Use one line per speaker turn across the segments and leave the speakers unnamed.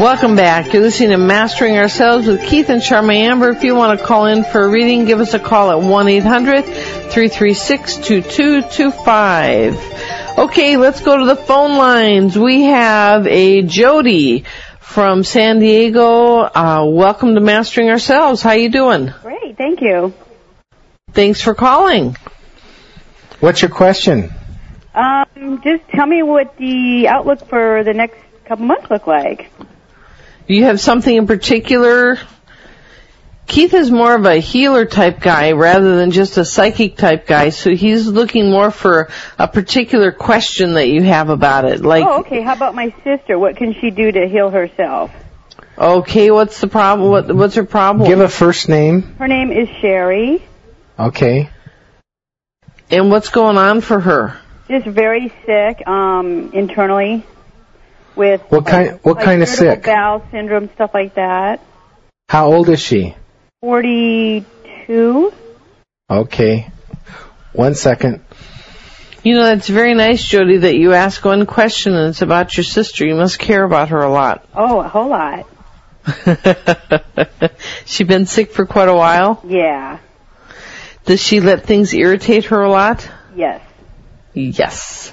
Welcome back. You're listening to Mastering Ourselves with Keith and Charmy Amber. If you want to call in for a reading, give us a call at 1-800-336-2225. Okay, let's go to the phone lines. We have a Jody from San Diego. Uh, welcome to Mastering Ourselves. How you doing?
Great, thank you.
Thanks for calling.
What's your question?
Um, just tell me what the outlook for the next couple months look like.
Do you have something in particular? Keith is more of a healer type guy rather than just a psychic type guy, so he's looking more for a particular question that you have about it. Like,
oh, okay. How about my sister? What can she do to heal herself?
okay, what's the problem? What, what's her problem?
Give a first name.
Her name is Sherry.
Okay.
and what's going on for her?
Just very sick um, internally with
What kind- what
like
kind of
irritable
sick?
bowel syndrome stuff like that.
How old is she?
Forty-two.
Okay. One second.
You know, that's very nice, Jody, that you ask one question and it's about your sister. You must care about her a lot.
Oh, a whole lot.
she been sick for quite a while.
Yeah.
Does she let things irritate her a lot?
Yes.
Yes.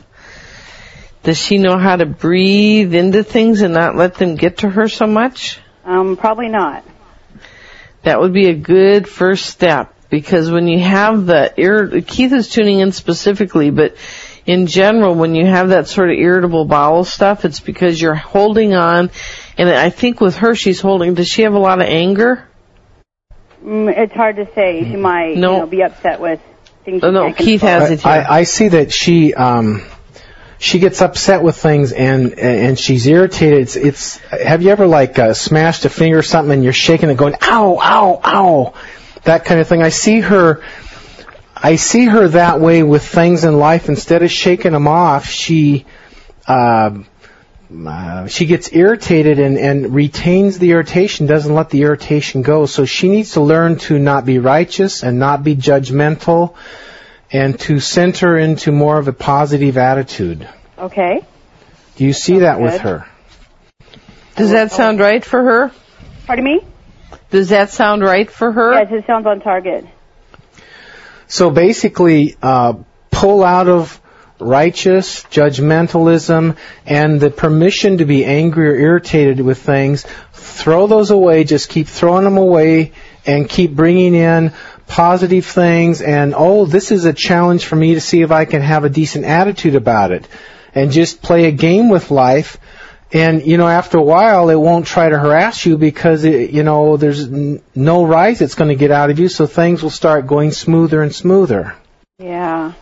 Does she know how to breathe into things and not let them get to her so much?
Um, probably not.
That would be a good first step because when you have the ir- Keith is tuning in specifically, but in general, when you have that sort of irritable bowel stuff, it's because you're holding on. And I think with her, she's holding. Does she have a lot of anger?
Mm, it's hard to say. She might
No.
you know, be upset with things.
Oh,
she
no,
can't
Keith
control.
has
I,
it here.
I, I see that she um, she gets upset with things and and she's irritated. It's, it's have you ever like uh, smashed a finger or something and you're shaking it, going ow ow ow, that kind of thing. I see her. I see her that way with things in life. Instead of shaking them off, she uh, uh, she gets irritated and, and retains the irritation, doesn't let the irritation go. So she needs to learn to not be righteous and not be judgmental and to center into more of a positive attitude.
Okay.
Do you see that with
Good.
her?
Does that sound right for her?
Pardon me?
Does that sound right for her?
Yes, it sounds on target.
So basically, uh, pull out of righteous judgmentalism and the permission to be angry or irritated with things. Throw those away. Just keep throwing them away and keep bringing in positive things. And oh, this is a challenge for me to see if I can have a decent attitude about it. And just play a game with life. And you know, after a while, it won't try to harass you because it, you know there's n- no rise it's going to get out of you, so things will start going smoother and smoother.
Yeah.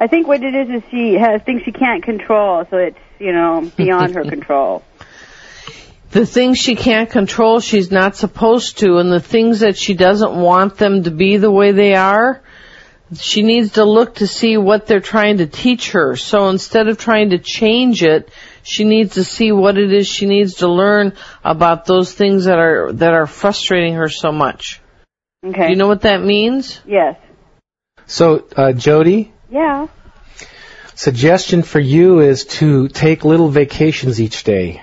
I think what it is is she has things she can't control, so it's, you know, beyond her control.
the things she can't control, she's not supposed to, and the things that she doesn't want them to be the way they are, she needs to look to see what they're trying to teach her. So instead of trying to change it, she needs to see what it is she needs to learn about those things that are that are frustrating her so much.
Okay.
You know what that means?
Yes.
So, uh, Jody,
Yeah.
suggestion for you is to take little vacations each day.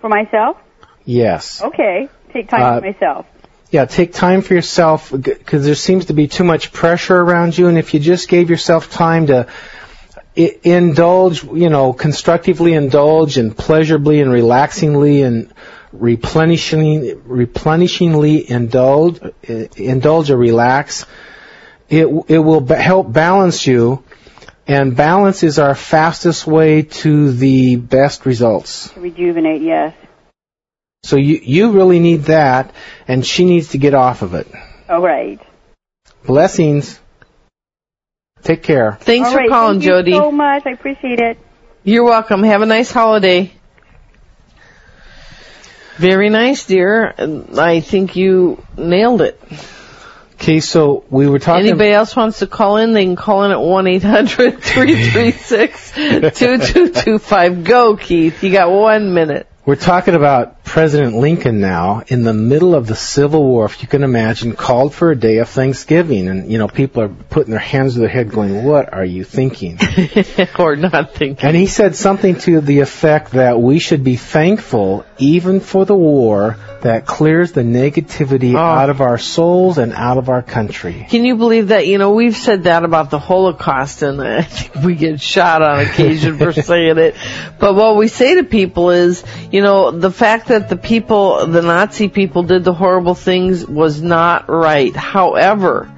For myself?
Yes.
Okay. Take time
Uh,
for myself.
Yeah, take time for yourself because there seems to be too much pressure around you, and if you just gave yourself time to i- indulge, you know, constructively indulge and pleasurably and relaxingly and replenishing, replenishingly indulge, i- indulge or relax, it it will b- help balance you, and balance is our fastest way to the best results.
To rejuvenate, yes.
So you you really need that, and she needs to get off of it.
All right.
Blessings. Take care.
Thanks
All
for
right.
calling,
Thank
Jody.
you so much. I appreciate it.
You're welcome. Have a nice holiday. Very nice, dear. I think you nailed it.
Okay, so we were talking.
Anybody else wants to call in, they can call in at 1-800-336-2225. Go, Keith. You got one minute.
We're talking about President Lincoln now, in the middle of the Civil War, if you can imagine, called for a day of Thanksgiving, and you know people are putting their hands to their head, going, "What are you thinking?"
or not thinking.
And he said something to the effect that we should be thankful even for the war that clears the negativity
Oh.
out of our souls and out of our country.
Can you believe that? You know, we've said that about the Holocaust and I think we get shot on occasion for saying it. But what we say to people is, you know, the fact that the people, the Nazi people did the horrible things was not right. However,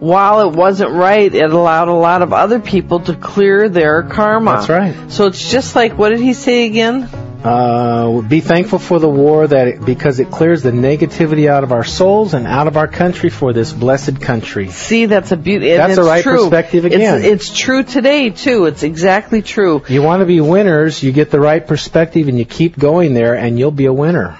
while it wasn't right, it allowed a lot of other people to clear their karma.
That's right.
So it's just like, what did he say again?
Uh, be thankful for the war that it, because it clears the negativity out of our souls and out of our country for this blessed country.
See, that's a beauty. and
That's
it's
a right
true.
perspective
It's-
again.
It's, true today too. It's exactly true.
You want to be winners, you get the right perspective and you keep going there and you'll be a winner.